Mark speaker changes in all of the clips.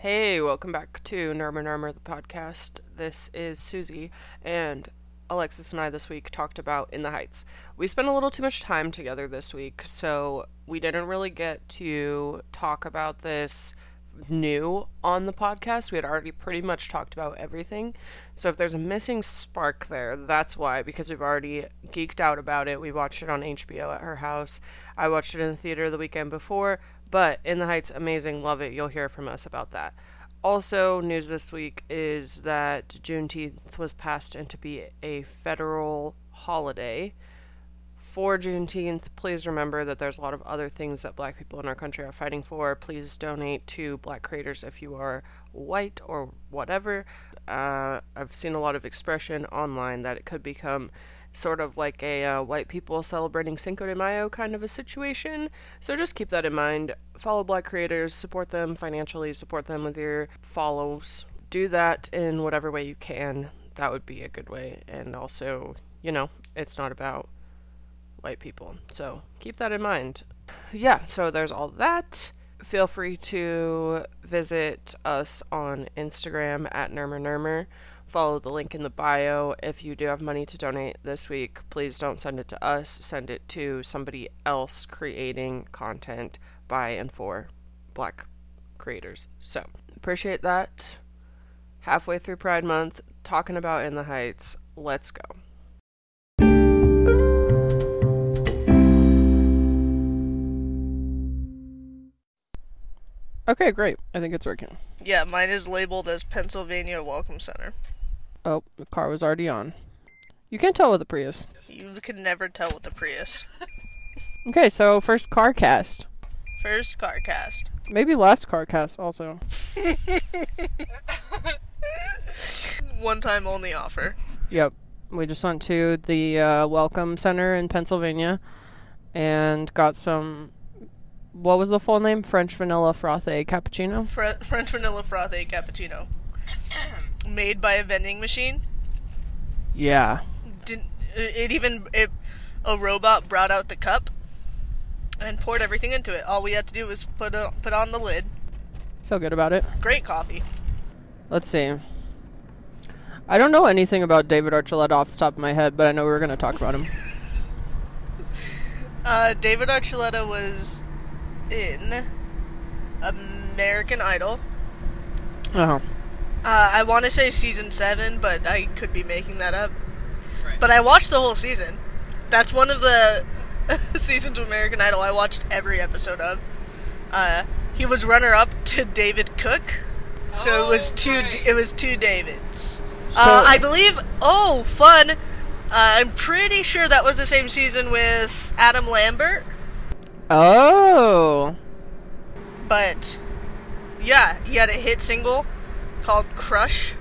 Speaker 1: Hey, welcome back to Nerma Nerma the podcast. This is Susie, and Alexis and I this week talked about In the Heights. We spent a little too much time together this week, so we didn't really get to talk about this new on the podcast. We had already pretty much talked about everything. So if there's a missing spark there, that's why, because we've already geeked out about it. We watched it on HBO at her house. I watched it in the theater the weekend before, but In the Heights, amazing. Love it. You'll hear from us about that. Also, news this week is that Juneteenth was passed into be a federal holiday for Juneteenth, please remember that there's a lot of other things that black people in our country are fighting for. Please donate to black creators if you are white or whatever. Uh, I've seen a lot of expression online that it could become sort of like a uh, white people celebrating Cinco de Mayo kind of a situation. So just keep that in mind. Follow black creators, support them financially, support them with your follows. Do that in whatever way you can. That would be a good way. And also, you know, it's not about white people. So keep that in mind. Yeah, so there's all that. Feel free to visit us on Instagram at Nermer Nermer. Follow the link in the bio. If you do have money to donate this week, please don't send it to us. Send it to somebody else creating content by and for black creators. So appreciate that. Halfway through Pride Month, talking about In the Heights. Let's go. Okay, great. I think it's working.
Speaker 2: Yeah, mine is labeled as Pennsylvania Welcome Center.
Speaker 1: Oh, the car was already on. You can't tell with a Prius.
Speaker 2: You can never tell with the Prius.
Speaker 1: Okay, so first car cast.
Speaker 2: First car cast.
Speaker 1: Maybe last car cast also.
Speaker 2: One time only offer.
Speaker 1: Yep. We just went to the uh, Welcome Center in Pennsylvania and got some. What was the full name? French vanilla frothe cappuccino?
Speaker 2: Fre- French vanilla frothe e cappuccino. Made by a vending machine.
Speaker 1: Yeah.
Speaker 2: Didn't it it even it, a robot brought out the cup and poured everything into it. All we had to do was put a, put on the lid.
Speaker 1: Feel good about it.
Speaker 2: Great coffee.
Speaker 1: Let's see. I don't know anything about David Archuleta off the top of my head, but I know we were going to talk about him.
Speaker 2: Uh, David Archuleta was in American Idol.
Speaker 1: Uh huh.
Speaker 2: Uh, I want to say season seven, but I could be making that up. But I watched the whole season. That's one of the seasons of American Idol I watched every episode of. Uh, he was runner up to David Cook, so it was two. It was two Davids. uh, I believe. Oh, fun! Uh, I'm pretty sure that was the same season with Adam Lambert.
Speaker 1: Oh.
Speaker 2: But yeah, he had a hit single called "Crush."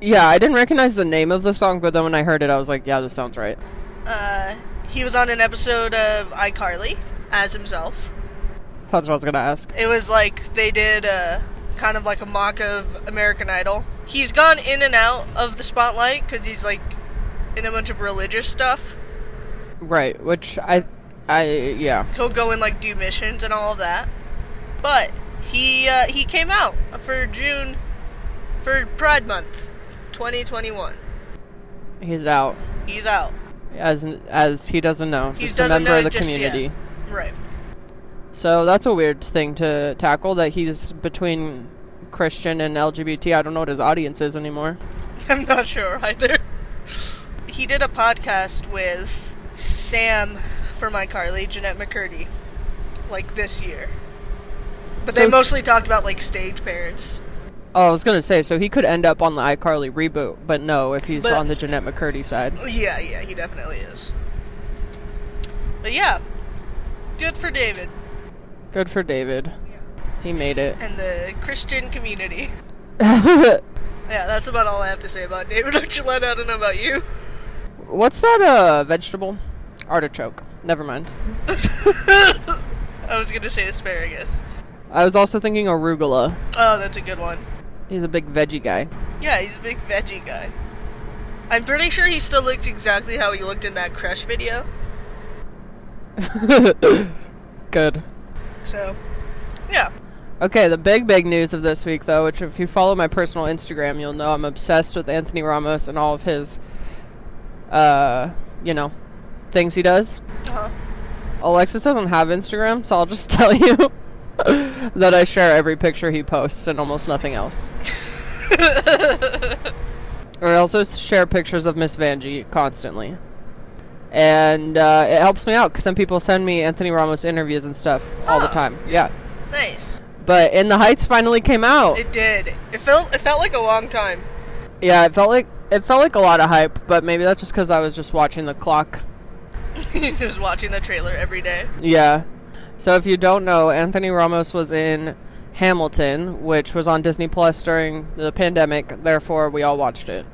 Speaker 1: Yeah, I didn't recognize the name of the song, but then when I heard it, I was like, yeah, this sounds right.
Speaker 2: Uh, he was on an episode of iCarly as himself.
Speaker 1: That's what I was going to ask.
Speaker 2: It was like they did a kind of like a mock of American Idol. He's gone in and out of the spotlight because he's like in a bunch of religious stuff.
Speaker 1: Right, which I, I yeah,
Speaker 2: He'll go and like do missions and all of that. But he uh, he came out for June for Pride Month, 2021.
Speaker 1: he's out
Speaker 2: He's out.
Speaker 1: as as he doesn't know,
Speaker 2: He
Speaker 1: just a
Speaker 2: doesn't
Speaker 1: member
Speaker 2: know
Speaker 1: of the
Speaker 2: just yet.
Speaker 1: community.
Speaker 2: Right.
Speaker 1: So that's a weird thing to tackle that he's between Christian and LGBT. I don't know what his audience is anymore.
Speaker 2: I'm not sure either. He did a podcast with Sam for my Carly, Jeanette McCurdy, like this year. But they
Speaker 1: So-
Speaker 2: mostly talked about like stage parents.
Speaker 1: Oh, I was gonna say, so he could end up on the iCarly reboot, but no, if he's
Speaker 2: But-
Speaker 1: on the Jeanette McCurdy side.
Speaker 2: Yeah, yeah, he definitely is. But yeah, good for David
Speaker 1: Good for David. He made it.
Speaker 2: and the Christian community. Yeah, that's about all I have to say about David Archuleta. I don't know about you.
Speaker 1: What's that uh vegetable? Artichoke. Never mind.
Speaker 2: I was gonna say asparagus.
Speaker 1: I was also thinking arugula.
Speaker 2: Oh, that's a good one.
Speaker 1: He's a big veggie guy.
Speaker 2: Yeah, he's a big veggie guy. I'm pretty sure he still looked exactly how he looked in that crush video.
Speaker 1: Good.
Speaker 2: So, yeah.
Speaker 3: Okay, the big, big news of this week, though, which if you follow my personal Instagram, you'll know I'm obsessed with Anthony Ramos and all of his, uh, you know, things he does.
Speaker 2: Uh-huh.
Speaker 3: Alexis doesn't have Instagram, so I'll just tell you that I share every picture he posts and almost nothing else. I also share pictures of Miss Vanjie constantly. And uh, it helps me out because then people send me Anthony Ramos interviews and stuff all the
Speaker 2: Oh.
Speaker 3: time. Yeah.
Speaker 2: Nice.
Speaker 3: But In the Heights finally came out.
Speaker 2: It did. It felt it felt like a long time.
Speaker 3: yeah, it felt like it felt like a lot of hype, but maybe that's just because I was just watching the clock.
Speaker 2: Just watching the trailer every day.
Speaker 3: Yeah. So if you don't know, Anthony Ramos was in Hamilton, which was on Disney Plus during the pandemic. Therefore, we all watched it.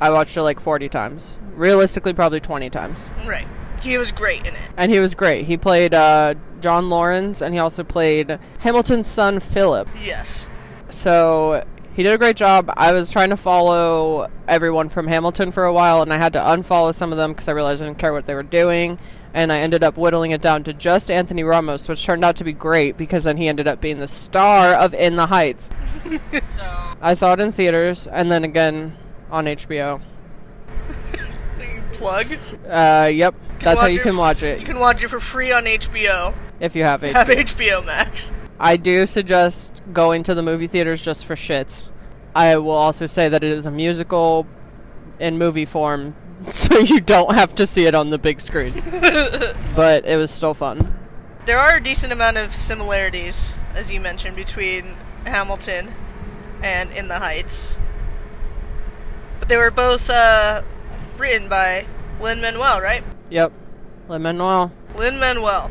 Speaker 3: I watched it like 40 times. Realistically, probably 20 times.
Speaker 2: Right. He was great in it.
Speaker 3: And he was great. He played uh, John Lawrence, and he also played Hamilton's son, Philip.
Speaker 2: Yes.
Speaker 3: So he did a great job. I was trying to follow everyone from Hamilton for a while, and I had to unfollow some of them because I realized I didn't care what they were doing. And I ended up whittling it down to just Anthony Ramos, which turned out to be great because then he ended up being the star of In the Heights.
Speaker 2: So
Speaker 3: I saw it in theaters and then again on HBO.
Speaker 2: plug.
Speaker 3: Uh, yep, that's how
Speaker 2: watch
Speaker 3: you
Speaker 2: it-
Speaker 3: can watch
Speaker 2: You
Speaker 3: it
Speaker 2: can watch it for free on HBO.
Speaker 3: if you have HBO.
Speaker 2: Have HBO Max.
Speaker 3: I do suggest going to the movie theaters just for shits. I will also say that it is a musical in movie form, so you don't have to see it on the big screen. but it was still fun.
Speaker 2: There are a decent amount of similarities, as you mentioned, between Hamilton and In the Heights. But they were both uh, written by Lin Manuel, right?
Speaker 3: Yep. Lin Manuel.
Speaker 2: Lin Manuel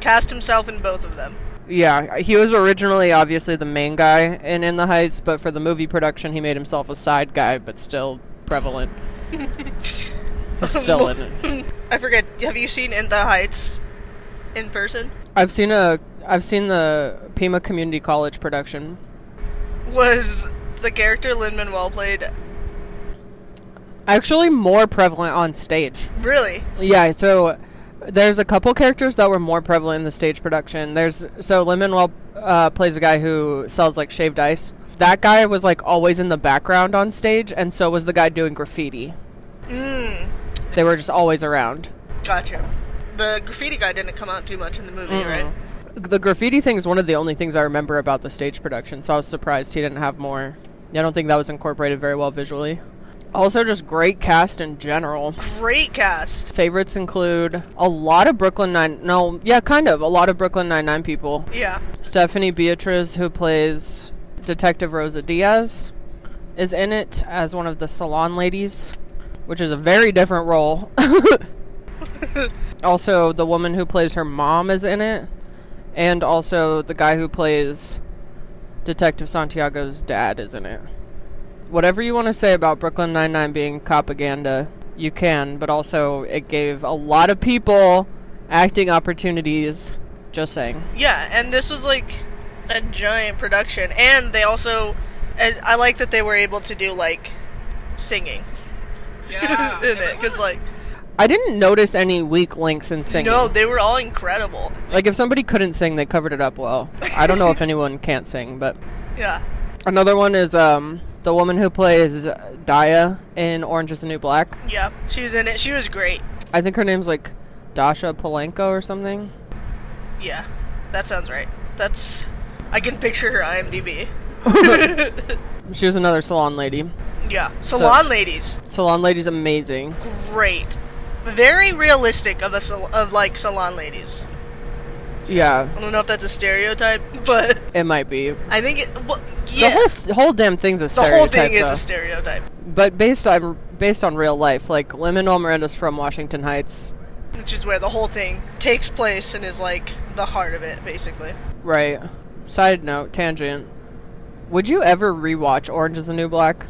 Speaker 2: cast himself in both of them.
Speaker 3: Yeah, he was originally obviously the main guy in In the Heights, but for the movie production, he made himself a side guy, but still prevalent. He's still in it.
Speaker 2: I forget. Have you seen In the Heights in person?
Speaker 3: I've seen a. I've seen the Pima Community College production.
Speaker 2: Was the character Lin Manuel played
Speaker 3: Actually, more prevalent on stage.
Speaker 2: really?
Speaker 3: Yeah, so there's a couple characters that were more prevalent in the stage production. There's so Lin Manuel uh, plays a guy who sells like shaved ice. That guy was like always in the background on stage, and so was the guy doing graffiti.
Speaker 2: Mm,
Speaker 3: They were just always around.
Speaker 2: gotcha. The graffiti guy didn't come out too much in the movie, right?
Speaker 3: The graffiti thing is one of the only things I remember about the stage production, so I was surprised he didn't have more. I don't think that was incorporated very well visually. Also, just great cast in general.
Speaker 2: Great cast.
Speaker 3: Favorites include a lot of Brooklyn Nine. No, yeah, kind of a lot of Brooklyn Nine Nine people.
Speaker 2: Yeah.
Speaker 3: Stephanie Beatriz, who plays Detective Rosa Diaz, is in it as one of the salon ladies, which is a very different role. also, the woman who plays her mom is in it, and also the guy who plays Detective Santiago's dad is in it. Whatever you want to say about Brooklyn Nine-Nine being propaganda, you can, but also it gave a lot of people acting opportunities. Just saying.
Speaker 2: Yeah, and this was like a giant production, and they also, and I like that they were able to do like singing
Speaker 4: Yeah.
Speaker 2: in it, because like
Speaker 3: I didn't notice any weak links in singing.
Speaker 2: no, they were all incredible.
Speaker 3: Like if somebody couldn't sing, they covered it up well. I don't know if anyone can't sing, but
Speaker 2: Yeah,
Speaker 3: another one is um the woman who plays Daya in Orange is the New Black.
Speaker 2: yeah, she was in it. She was great.
Speaker 3: I think her name's like Dasha Polanco or something.
Speaker 2: Yeah, that sounds right. That's I can picture her IMDb.
Speaker 3: She was another salon lady.
Speaker 2: Yeah, salon ladies,
Speaker 3: Salon lady's amazing.
Speaker 2: great, very realistic of a sal- of like salon ladies.
Speaker 3: Yeah,
Speaker 2: I don't know if that's a stereotype, but
Speaker 3: it might be.
Speaker 2: I think it. Well, yeah,
Speaker 3: The whole th- whole damn thing's a
Speaker 2: the whole
Speaker 3: stereotype.
Speaker 2: thing is
Speaker 3: though.
Speaker 2: a stereotype.
Speaker 3: but based on based on real life, like Lin-Manuel Miranda's from Washington Heights,
Speaker 2: which is where the whole thing takes place and is like the heart of it, basically.
Speaker 3: Right. Side note, tangent. Would you ever rewatch Orange is the New Black?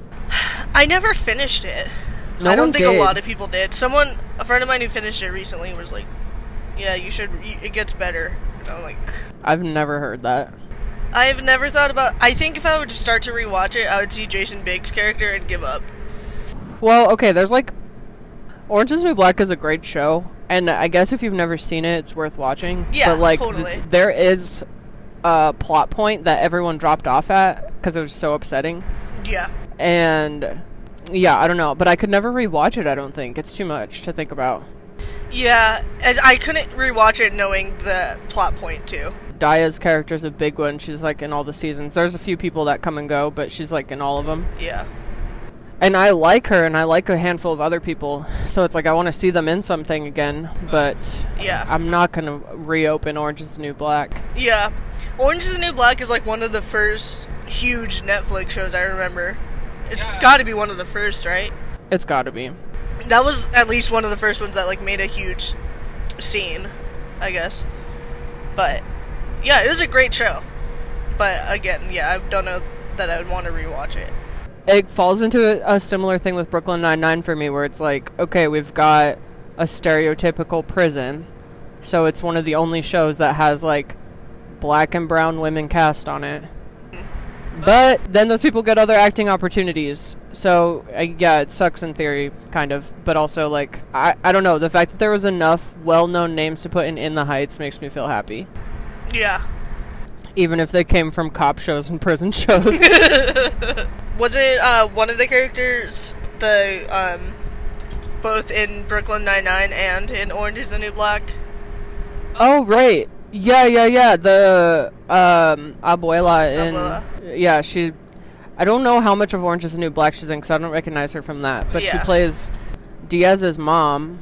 Speaker 2: I never finished it.
Speaker 3: No
Speaker 2: I don't
Speaker 3: one
Speaker 2: think
Speaker 3: did.
Speaker 2: a lot of people did. Someone, a friend of mine who finished it recently, was like, "Yeah, you should. y- It gets better." And I'm like,
Speaker 3: I've never heard that.
Speaker 2: I've never thought about. I think if I were to start to rewatch it, I would see Jason Biggs' character and give up.
Speaker 3: Well, okay, there's like Orange is the New Black is a great show, and I guess if you've never seen it, it's worth watching.
Speaker 2: Yeah,
Speaker 3: but like
Speaker 2: totally.
Speaker 3: there is uh, plot point that everyone dropped off at because it was so upsetting.
Speaker 2: Yeah.
Speaker 3: And yeah, I don't know, but I could never rewatch it. I don't think it's too much to think about.
Speaker 2: Yeah, and I couldn't rewatch it knowing the plot point too.
Speaker 3: Daya's character is a big one. She's like in all the seasons. There's a few people that come and go, but she's like in all of them.
Speaker 2: Yeah.
Speaker 3: And I like her, and I like a handful of other people. So it's like I want to see them in something again, but
Speaker 2: Yeah.
Speaker 3: I'm not gonna reopen Orange Is the New Black.
Speaker 2: Yeah. Orange is the New Black is like one of the first huge Netflix shows I remember. It's
Speaker 3: Yeah.
Speaker 2: got to be one of the first, right?
Speaker 3: It's got to be.
Speaker 2: That was at least one of the first ones that like made a huge scene, I guess. But yeah, it was a great show. But again, yeah, I don't know that I would want to rewatch it.
Speaker 3: It falls into a, a similar thing with Brooklyn Nine Nine for me, where it's like, okay, we've got a stereotypical prison, so it's one of the only shows that has like black and brown women cast on it. But then those people get other acting opportunities. So uh, yeah, it sucks in theory, kind of. But also like, I, I don't know. The fact that there was enough well-known names to put in In the Heights makes me feel happy,
Speaker 2: Yeah.
Speaker 3: even if they came from cop shows and prison shows.
Speaker 2: Was it uh, one of the characters the um, both in Brooklyn Nine Nine and in Orange Is the New Black?
Speaker 3: Oh right. Yeah, yeah, yeah. The um abuela in
Speaker 2: Abuela.
Speaker 3: yeah, she I don't know how much of Orange is the New Black she's in cuz I don't recognize her from that, but she
Speaker 2: Yeah.
Speaker 3: plays Diaz's mom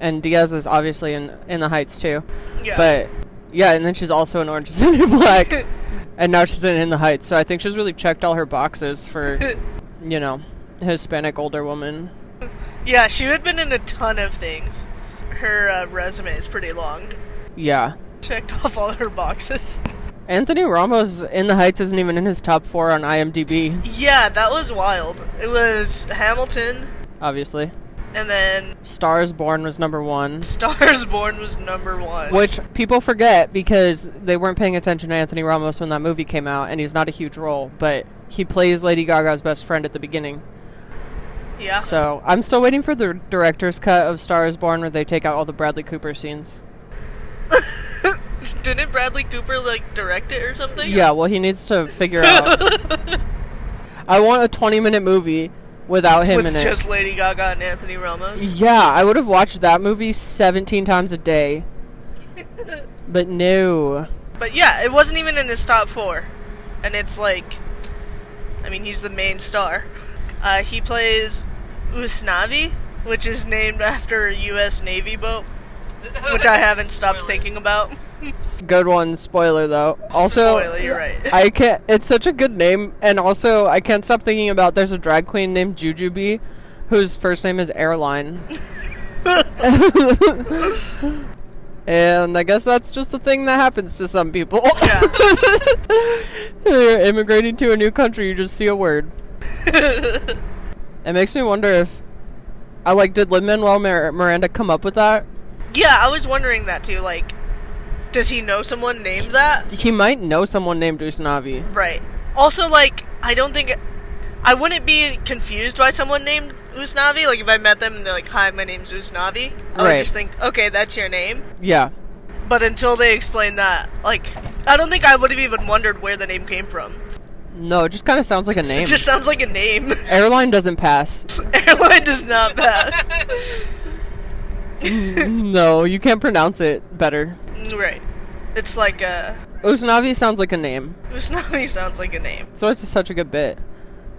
Speaker 3: and Diaz is obviously in in the Heights too.
Speaker 2: Yeah.
Speaker 3: But yeah, and then she's also in Orange is the New Black and now she's in In the Heights. So I think she's really checked all her boxes for you know, Hispanic older woman.
Speaker 2: yeah, she had been in a ton of things. Her uh, resume is pretty long.
Speaker 3: Yeah.
Speaker 2: Checked off all her boxes.
Speaker 3: Anthony Ramos in the Heights isn't even in his top 4 on IMDb,
Speaker 2: Yeah, that was wild. It was Hamilton,
Speaker 3: obviously.
Speaker 2: and then
Speaker 3: Stars Born was number one,
Speaker 2: Stars Born was number one.
Speaker 3: which people forget because they weren't paying attention to Anthony Ramos when that movie came out, and he's not a huge role, but he plays Lady Gaga's best friend at the beginning.
Speaker 2: Yeah.
Speaker 3: So I'm still waiting for the director's cut of Stars Born where they take out all the Bradley Cooper scenes.
Speaker 2: Didn't Bradley Cooper like direct it or something?
Speaker 3: Yeah, well, he needs to figure out. I want a 20 minute movie without him
Speaker 2: With
Speaker 3: in
Speaker 2: just
Speaker 3: it.
Speaker 2: Lady Gaga and Anthony Ramos.
Speaker 3: Yeah, I would have watched that movie 17 times a day. But no.
Speaker 2: But yeah, it wasn't even in his top four. And it's like, I mean, he's the main star. Uh, he plays Usnavi, which is named after a U.S. Navy boat, which I haven't stopped thinking about.
Speaker 3: Good one. Spoiler though. Also,
Speaker 2: Spoiler, you're right.
Speaker 3: I can't. It's such a good name, and also I can't stop thinking about. There's a drag queen named Jujubee, whose first name is Airline. and I guess that's just a thing that happens to some people.
Speaker 2: Yeah.
Speaker 3: You're immigrating to a new country, you just see a word. it makes me wonder if, I like, did Lin Manuel Miranda come up with that?
Speaker 2: yeah, I was wondering that too. Like, does he know someone named that?
Speaker 3: He might know someone named Usnavi.
Speaker 2: Right. Also, like, I don't think. I wouldn't be confused by someone named Usnavi. Like, if I met them and they're like, hi, my name's Usnavi, I would
Speaker 3: Right.
Speaker 2: just think, okay, that's your name.
Speaker 3: Yeah.
Speaker 2: But until they explain that, like, I don't think I would have even wondered where the name came from.
Speaker 3: No, it just kind of sounds like a name.
Speaker 2: It just sounds like a name.
Speaker 3: Airline doesn't pass.
Speaker 2: Airline does not pass.
Speaker 3: no, you can't pronounce it better.
Speaker 2: right. It's like a.
Speaker 3: Usnavi sounds like a name,
Speaker 2: Usnavi sounds like a name.
Speaker 3: so it's such a good bit.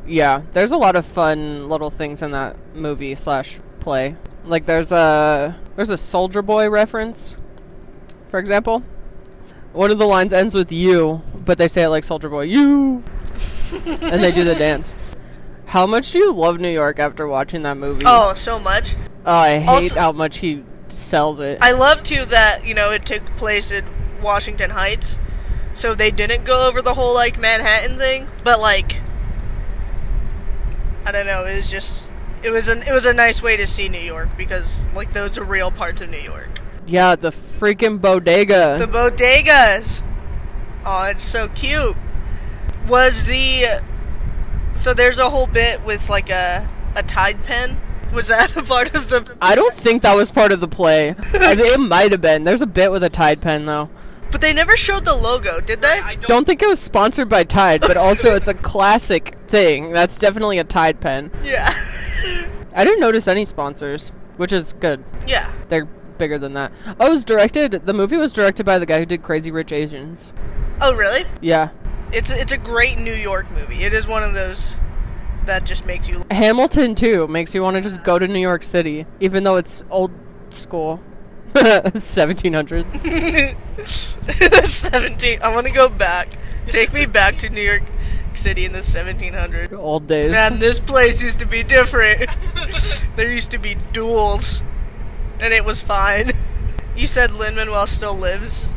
Speaker 3: Yeah, there's a lot of fun little things in that movie slash play. Like there's a there's a Soldier Boy reference, for example. One of the lines ends with "you," but they say it like Soldier Boy, "you," and they do the dance. How much do you love New York after watching that movie?
Speaker 2: Oh, so much.
Speaker 3: Oh, I hate
Speaker 2: Also-
Speaker 3: how much he sells it.
Speaker 2: I love, too, that, you know, it took place in Washington Heights. So they didn't go over the whole, like, Manhattan thing. But, like. I don't know. It was just. It was, an, it was a nice way to see New York because, like, those are real parts of New York.
Speaker 3: Yeah, the freaking bodega.
Speaker 2: The bodegas. Oh, it's so cute. Was the so there's a whole bit with like a a tide pen. Was that a part of the?
Speaker 3: I don't think that was part of the play. I think it might have been. There's a bit with a tide pen though.
Speaker 2: But they never showed the logo, did they?
Speaker 5: I don't,
Speaker 3: Don't think it was sponsored by Tide, but also it's a classic thing. That's definitely a Tide pen.
Speaker 2: Yeah.
Speaker 3: I didn't notice any sponsors, which is good.
Speaker 2: yeah.
Speaker 3: They're bigger than that. Oh, it was directed. The movie was directed by the guy who did Crazy Rich Asians.
Speaker 2: Oh, really?
Speaker 3: Yeah.
Speaker 2: It's it's a great New York movie. It is one of those that just makes you.
Speaker 3: Hamilton too makes you want to just go to New York City, even though it's old school, 1700s.
Speaker 2: Seventeen. I want to go back. Take me back to New York City in the 1700s.
Speaker 3: old days.
Speaker 2: Man, this place used to be different. there used to be duels, and it was fine. You said Lin Manuel still lives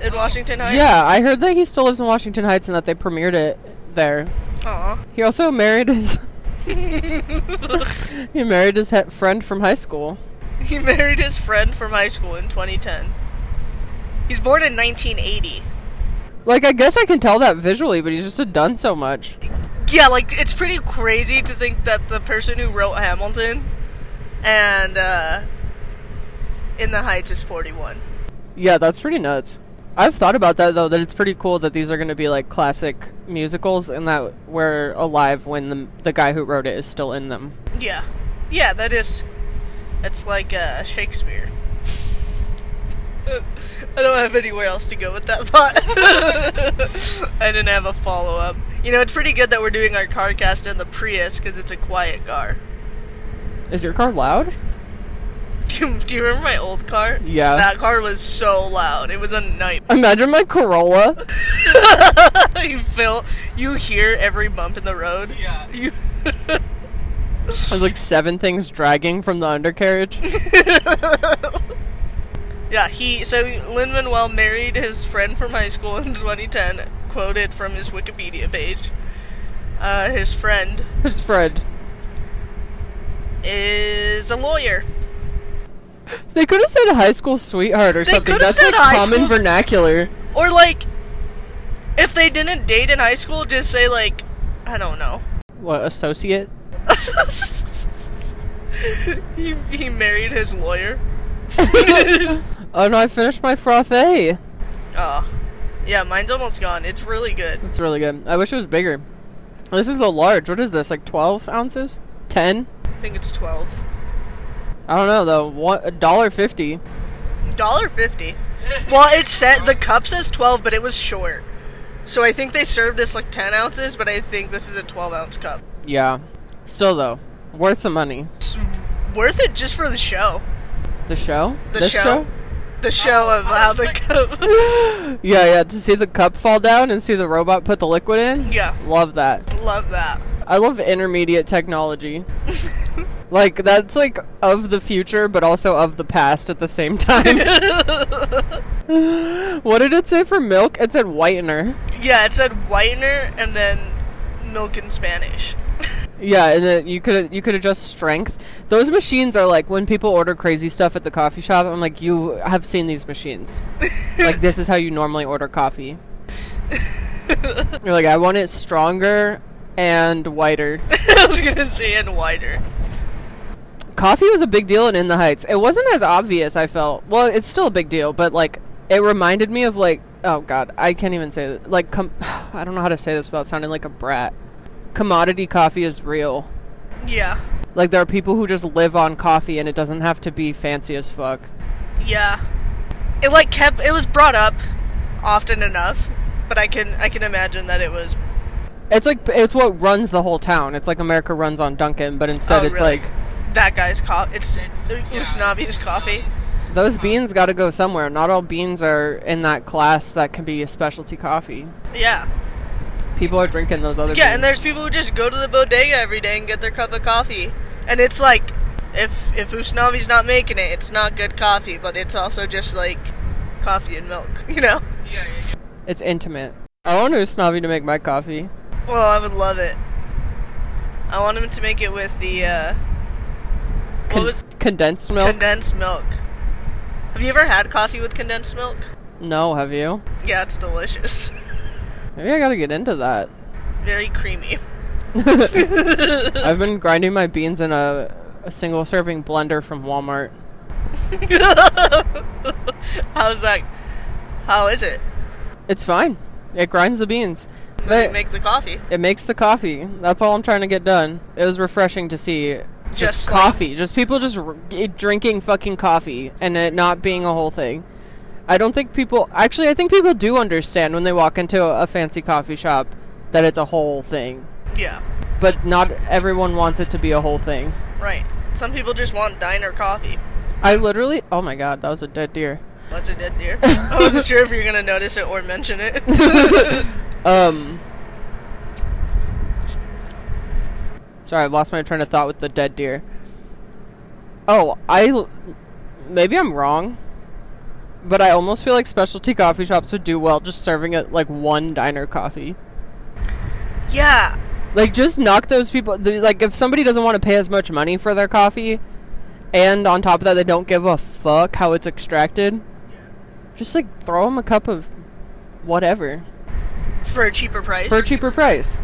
Speaker 2: in Washington Heights.
Speaker 3: Yeah, I heard that he still lives in Washington Heights and that they premiered it there.
Speaker 2: Aw.
Speaker 3: He also married his. he married his he- friend from high school.
Speaker 2: He married his friend from high school in 2010. He's born in 1980.
Speaker 3: Like, I guess I can tell that visually, but he's just had done so much.
Speaker 2: Yeah, like it's pretty crazy to think that the person who wrote Hamilton and uh, In the Heights is 41.
Speaker 3: Yeah, that's pretty nuts. I've thought about that though. That it's pretty cool that these are going to be like classic musicals, and that we're alive when the the guy who wrote it is still in them.
Speaker 2: Yeah, yeah, that is. That's like uh, Shakespeare. I don't have anywhere else to go with that thought. I didn't have a follow up. You know, it's pretty good that we're doing our car cast in the Prius because it's a quiet car.
Speaker 3: Is your car loud?
Speaker 2: Do you, do you remember my old car?
Speaker 3: Yeah.
Speaker 2: That car was so loud. It was a night.
Speaker 3: Imagine my Corolla.
Speaker 2: you feel you hear every bump in the road.
Speaker 5: yeah.
Speaker 2: You
Speaker 3: There's like seven things dragging from the undercarriage.
Speaker 2: Yeah, he so Lin Manuel married his friend from high school in 2010, quoted from his Wikipedia page. Uh, his friend
Speaker 3: His friend.
Speaker 2: is a lawyer.
Speaker 3: They could have said high school sweetheart or
Speaker 2: They
Speaker 3: something.
Speaker 2: could have
Speaker 3: That's
Speaker 2: said
Speaker 3: like
Speaker 2: high
Speaker 3: common
Speaker 2: school s-
Speaker 3: vernacular.
Speaker 2: Or like if they didn't date in high school, just say like I don't know.
Speaker 3: What associate?
Speaker 2: He he married his lawyer.
Speaker 3: Oh no, I finished my frothe.
Speaker 2: Oh. Yeah, mine's almost gone. It's really good.
Speaker 3: It's really good. I wish it was bigger. This is the large. What is this? Like 12 ounces? 10?
Speaker 2: I think it's 12.
Speaker 3: I don't know though. What a dollar fifty?
Speaker 2: Dollar fifty. Well, it said the cup says twelve, but it was short. So I think they served us like ten ounces, but I think this is a twelve ounce cup.
Speaker 3: Yeah. Still though, worth the money.
Speaker 2: It's worth it just for the show.
Speaker 3: The show?
Speaker 2: The
Speaker 3: this
Speaker 2: show. The show of how the cup.
Speaker 3: Yeah, yeah. To see the cup fall down and see the robot put the liquid in.
Speaker 2: yeah,
Speaker 3: Love that.
Speaker 2: love that.
Speaker 3: I love intermediate technology. like that's like of the future, but also of the past at the same time. what did it say for milk? It said whitener.
Speaker 2: Yeah, it said whitener and then milk in Spanish.
Speaker 3: Yeah, and it, you could you could adjust strength. Those machines are like when people order crazy stuff at the coffee shop. I'm like, you have seen these machines. like this is how you normally order coffee. You're like, I want it stronger and whiter.
Speaker 2: I was gonna say and whiter.
Speaker 3: Coffee was a big deal in In the Heights. It wasn't as obvious. I felt well, it's still a big deal, but like it reminded me of like oh god, I can't even say that. Like com- I don't know how to say this without sounding like a brat. Commodity coffee is real.
Speaker 2: Yeah,
Speaker 3: Like there are people who just live on coffee and it doesn't have to be fancy as fuck.
Speaker 2: yeah. It like kept. It was brought up often enough, but I can I can imagine that it was
Speaker 3: It's like it's what runs the whole town. It's like America runs on Dunkin', but instead
Speaker 2: Oh,
Speaker 3: it's
Speaker 2: really?
Speaker 3: like
Speaker 2: that guy's coffee. It's,
Speaker 5: It's,
Speaker 2: it's
Speaker 5: yeah, it's
Speaker 2: coffee.
Speaker 5: Usnavi's.
Speaker 3: those beans got to go somewhere. Not all beans are in that class that can be a specialty coffee.
Speaker 2: Yeah,
Speaker 3: People are drinking those other
Speaker 2: yeah.
Speaker 3: beans.
Speaker 2: And there's people who just go to the bodega every day and get their cup of coffee. And it's like, if if Usnavi's not making it, it's not good coffee. But it's also just like coffee and milk. You know.
Speaker 5: Yeah, yeah, yeah.
Speaker 3: it's intimate. I want Usnavi to make my coffee.
Speaker 2: Well, I would love it. I want him to make it with the uh, what
Speaker 3: Con-
Speaker 2: was
Speaker 3: condensed milk?
Speaker 2: condensed milk. Have you ever had coffee with condensed milk?
Speaker 3: no, have you?
Speaker 2: Yeah, it's delicious.
Speaker 3: Maybe I got to get into that.
Speaker 2: Very creamy.
Speaker 3: I've been grinding my beans in a, a single serving blender from Walmart.
Speaker 2: How's that? How is it?
Speaker 3: It's fine. It grinds the beans.
Speaker 2: Does
Speaker 3: But
Speaker 2: it make the coffee?
Speaker 3: it makes the coffee. That's all I'm trying to get done. It was refreshing to see just,
Speaker 2: Just like-
Speaker 3: coffee, just people just r- g- drinking fucking coffee and it not being a whole thing. I don't think people actually. I think people do understand when they walk into a, a fancy coffee shop that it's a whole thing,
Speaker 2: Yeah.
Speaker 3: but not everyone wants it to be a whole thing.
Speaker 2: Right. Some people just want diner coffee.
Speaker 3: I literally. Oh my god, that was a dead deer.
Speaker 2: That's a dead deer. I wasn't sure if you were gonna notice it or mention it.
Speaker 3: Um. Sorry, I lost my train of thought with the dead deer. Oh, I. l- Maybe I'm wrong, but I almost feel like specialty coffee shops would do well just serving it like one diner coffee.
Speaker 2: yeah.
Speaker 3: Like, just knock those people. the- Like, if somebody doesn't want to pay as much money for their coffee, and on top of that, they don't give a fuck how it's extracted, just like throw them a cup of whatever
Speaker 2: For a cheaper price.
Speaker 3: for a cheaper price.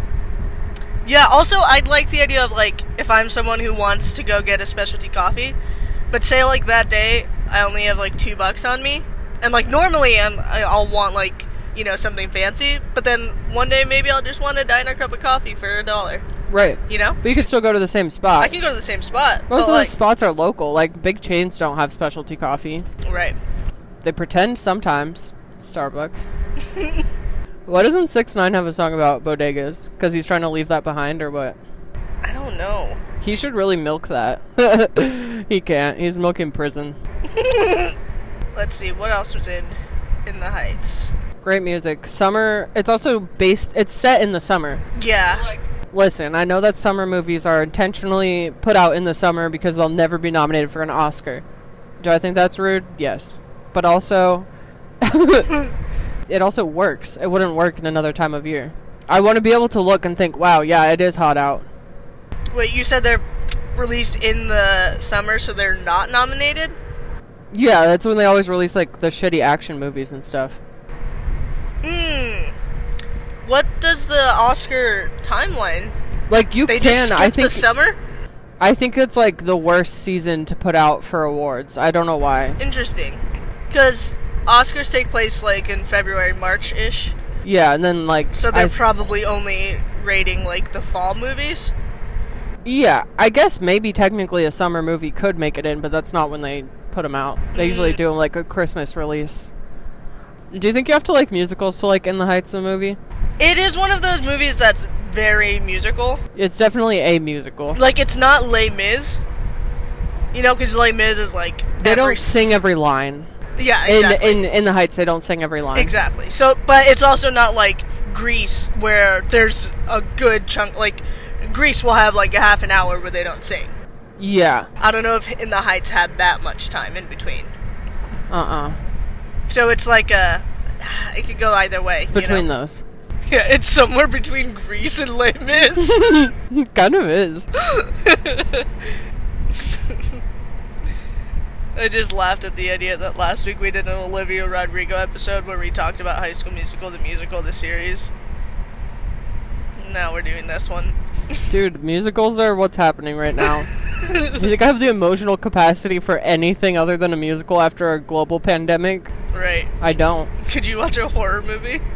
Speaker 2: Yeah, also, I'd like the idea of, like, if I'm someone who wants to go get a specialty coffee, but say, like, that day I only have, like, two bucks on me, and, like, normally I'm, I- I'll want, like, you know, something fancy, but then one day maybe I'll just want a diner cup of coffee for a dollar,
Speaker 3: Right.
Speaker 2: you know?
Speaker 3: But you could still go to the same spot.
Speaker 2: I can go to the same spot.
Speaker 3: Most of
Speaker 2: but,
Speaker 3: those spots are local. Like big chains don't have specialty coffee.
Speaker 2: like, Right.
Speaker 3: They pretend sometimes. Starbucks. Why doesn't Six Nine have a song about bodegas? Because he's trying to leave that behind, or what?
Speaker 2: I don't know.
Speaker 3: He should really milk that. he can't. He's milking prison.
Speaker 2: Let's see, what else was in in the Heights?
Speaker 3: Great music. Summer. It's also based. It's set in the summer.
Speaker 2: Yeah.
Speaker 1: Like,
Speaker 3: Listen, I know that summer movies are intentionally put out in the summer because they'll never be nominated for an Oscar. Do I think that's rude? Yes. But also, it also works. It wouldn't work in another time of year. I want to be able to look and think, wow, yeah, it is hot out.
Speaker 2: Wait, you said they're released in the summer, so they're not nominated?
Speaker 3: Yeah, that's when they always release like the shitty action movies and stuff.
Speaker 2: Hmm. What does the Oscar timeline?
Speaker 3: Like you
Speaker 2: They
Speaker 3: can,
Speaker 2: just skip
Speaker 3: I think.
Speaker 2: the summer.
Speaker 3: I think it's like the worst season to put out for awards. I don't know why.
Speaker 2: Interesting, because Oscars take place like in February, March ish,
Speaker 3: Yeah, and then like
Speaker 2: so they're
Speaker 3: I-
Speaker 2: probably only rating like the fall movies.
Speaker 3: Yeah, I guess maybe technically a summer movie could make it in, but that's not when they put them out. They usually
Speaker 2: Mm-hmm.
Speaker 3: do 'em, like a Christmas release. Do you think you have to like musicals to like In the Heights the movie?
Speaker 2: It is one of those movies that's very musical.
Speaker 3: It's definitely a musical.
Speaker 2: Like it's not Les Mis, you know, because Les Mis is like
Speaker 3: They
Speaker 2: every-
Speaker 3: don't sing every line.
Speaker 2: Yeah,
Speaker 3: In
Speaker 2: exactly.
Speaker 3: in In the Heights, they don't sing every line.
Speaker 2: Exactly. So, but it's also not like Greece where there's a good chunk. Like Greece will have like a half an hour where they don't sing.
Speaker 3: Yeah.
Speaker 2: I don't know if In the Heights had that much time in between.
Speaker 3: Uh uh
Speaker 2: So it's like a. It could go either way.
Speaker 3: It's between
Speaker 2: you know?
Speaker 3: those.
Speaker 2: Yeah, it's somewhere between Greece and Les Mis.
Speaker 3: kind of is.
Speaker 2: I just laughed at the idea that last week we did an Olivia Rodrigo episode where we talked about High School Musical, the musical, the series. Now we're doing this one.
Speaker 3: Dude, musicals are what's happening right now. Do you think I have the emotional capacity for anything other than a musical after a global pandemic?
Speaker 2: Right.
Speaker 3: I don't.
Speaker 2: Could you watch a horror movie?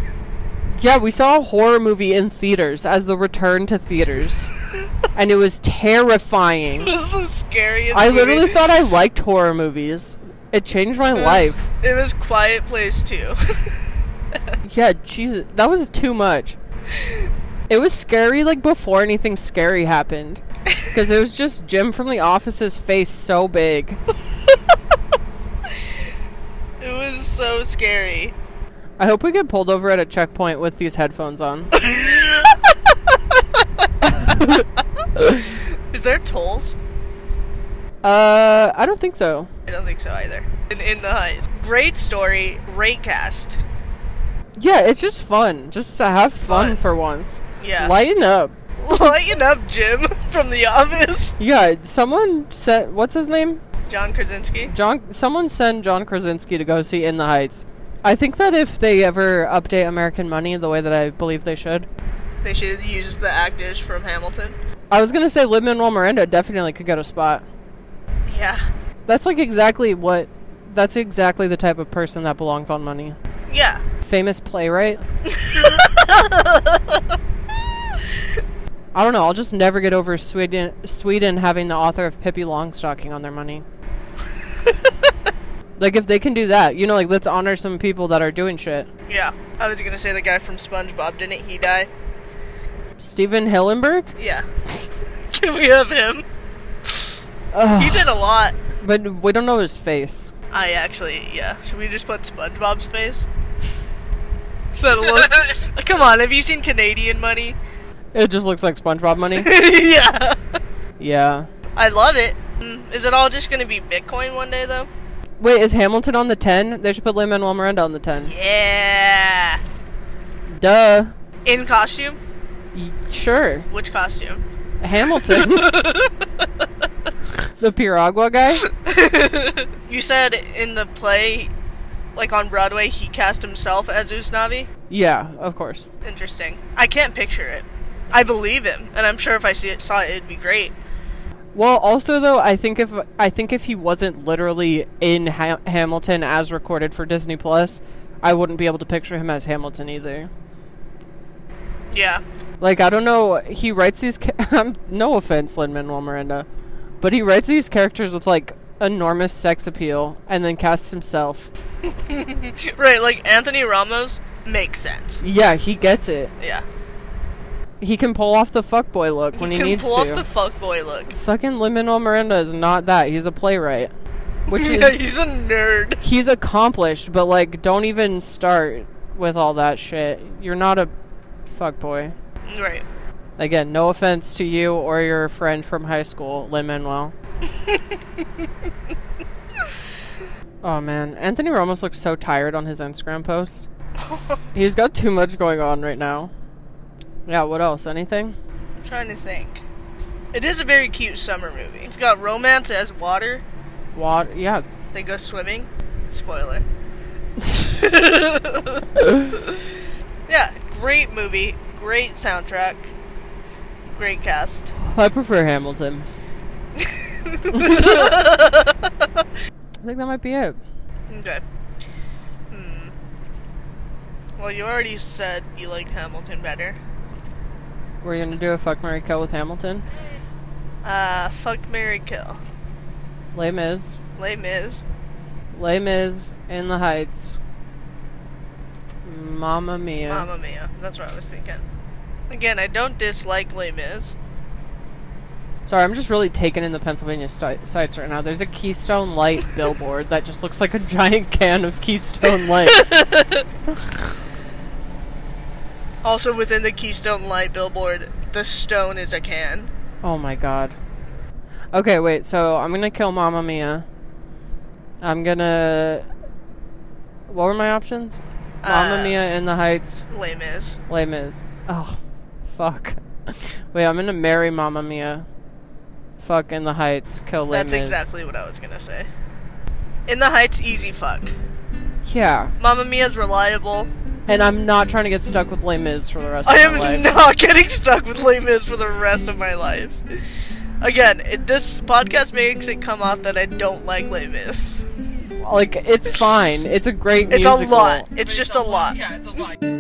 Speaker 3: Yeah, we saw a horror movie in theaters as the return to theaters, and it was terrifying.
Speaker 2: This is the scariest
Speaker 3: I
Speaker 2: movie.
Speaker 3: literally thought I liked horror movies. It changed my
Speaker 2: It was-
Speaker 3: life.
Speaker 2: It was Quiet Place too.
Speaker 3: Yeah, Jesus, that was too much. It was scary like before anything scary happened, because it was just Jim from the Office's face so big.
Speaker 2: it was so scary.
Speaker 3: I hope we get pulled over at a checkpoint with these headphones on.
Speaker 2: Is there tolls?
Speaker 3: Uh, I don't think so.
Speaker 2: I don't think so either. In, in the Height. Great story, great cast.
Speaker 3: Yeah, it's just fun, just to have fun.
Speaker 2: Fun.
Speaker 3: for once.
Speaker 2: Yeah.
Speaker 3: Lighten up.
Speaker 2: Lighten up, Jim from The Office.
Speaker 3: Yeah, someone said, what's his name?
Speaker 2: John Krasinski.
Speaker 3: John. Someone send John Krasinski to go see In the Heights. I think that if they ever update American Money the way that I believe they should,
Speaker 2: They should use the actors from Hamilton.
Speaker 3: I was gonna say Lin Manuel Miranda definitely could get a spot.
Speaker 2: Yeah.
Speaker 3: That's like exactly what. That's exactly the type of person that belongs on Money.
Speaker 2: Yeah.
Speaker 3: Famous playwright. I don't know. I'll just never get over Sweden Sweden having the author of Pippi Longstocking on their money. like if they can do that, you know, like let's honor some people that are doing shit.
Speaker 2: Yeah. I was gonna say the guy from SpongeBob, didn't he die?
Speaker 3: Steven Hillenberg.
Speaker 2: Yeah. Can we have him? He
Speaker 3: Ugh,
Speaker 2: did a lot.
Speaker 3: but we don't know his face.
Speaker 2: I actually, yeah. Should we just put SpongeBob's face? Is that a look? Come on, have you seen Canadian money?
Speaker 3: It just looks like SpongeBob money.
Speaker 2: yeah.
Speaker 3: yeah.
Speaker 2: I love it. Mm, Is it all just gonna be Bitcoin one day though?
Speaker 3: Wait, is Hamilton on the ten? They should put Lin Manuel Miranda on the ten.
Speaker 2: Yeah.
Speaker 3: Duh.
Speaker 2: In costume?
Speaker 3: Y- Sure.
Speaker 2: Which costume?
Speaker 3: Hamilton. the Piragua guy?
Speaker 2: you said in the play, like on Broadway, he cast himself as Usnavi.
Speaker 3: Yeah, of course.
Speaker 2: Interesting. I can't picture it. I believe him, and I'm sure if I see it, saw it, it'd be great.
Speaker 3: Well, also though, I think if I think if he wasn't literally in ha- Hamilton as recorded for Disney Plus, I wouldn't be able to picture him as Hamilton either.
Speaker 2: Yeah.
Speaker 3: Like I don't know, he writes these. Ca- I'm- no offense, Lin Manuel Miranda, but he writes these characters with like enormous sex appeal, and then casts himself.
Speaker 2: right, like Anthony Ramos makes sense.
Speaker 3: Yeah, he gets it.
Speaker 2: Yeah.
Speaker 3: He can pull off the fuckboy look when he,
Speaker 2: can
Speaker 3: needs
Speaker 2: pull
Speaker 3: to.
Speaker 2: off the fuckboy look.
Speaker 3: Fucking Lin Manuel Miranda is not that. He's a playwright, which is
Speaker 2: Yeah, he's a nerd.
Speaker 3: he's accomplished, but like, don't even start with all that shit. You're not a fuckboy.
Speaker 2: Right.
Speaker 3: Again, no offense to you or your friend from high school, Lin Manuel. oh man, Anthony Ramos looks so tired on his Instagram post. He's got too much going on right now. Yeah, what else? Anything?
Speaker 2: I'm trying to think. It is a very cute summer movie. It's got romance as water.
Speaker 3: Water? Yeah.
Speaker 2: They go swimming. Spoiler. yeah, great movie. Great soundtrack. Great cast.
Speaker 3: I prefer Hamilton. I think that might be it.
Speaker 2: Okay. Hmm. Well, you already said you liked Hamilton better.
Speaker 3: We're gonna do a fuck Mary Kill with Hamilton.
Speaker 2: Uh, fuck Mary Kill.
Speaker 3: Les Mis.
Speaker 2: Les Mis.
Speaker 3: Les Mis in the Heights. Mamma Mia.
Speaker 2: Mamma Mia. That's what I was thinking. Again, I don't dislike Les Mis.
Speaker 3: Sorry, I'm just really taken in the Pennsylvania sti- sites right now. There's a Keystone Light billboard that just looks like a giant can of Keystone Light.
Speaker 2: Also, within the Keystone Light billboard, the stone is a can.
Speaker 3: oh my god. Okay, wait. So I'm gonna kill Mamma Mia. I'm gonna. What were my options? Mamma
Speaker 2: Uh,
Speaker 3: Mia in the Heights.
Speaker 2: Les Mis.
Speaker 3: Les Mis. Oh, fuck. Wait, I'm gonna marry Mamma Mia. Fuck in the Heights, kill Les
Speaker 2: That's
Speaker 3: Mis.
Speaker 2: exactly what I was gonna say. In the Heights, easy fuck.
Speaker 3: Yeah,
Speaker 2: Mamma Mia's reliable.
Speaker 3: and I'm not trying to get stuck with Les Mis for the rest of
Speaker 2: I
Speaker 3: my
Speaker 2: am
Speaker 3: life.
Speaker 2: not getting stuck with Les Mis for the rest of my life. Again, it, this podcast makes it come off that I don't like Les Mis.
Speaker 3: like, it's fine. It's a great
Speaker 2: It's
Speaker 3: musical.
Speaker 2: a lot. It's just a lot.
Speaker 5: Yeah, it's a lot.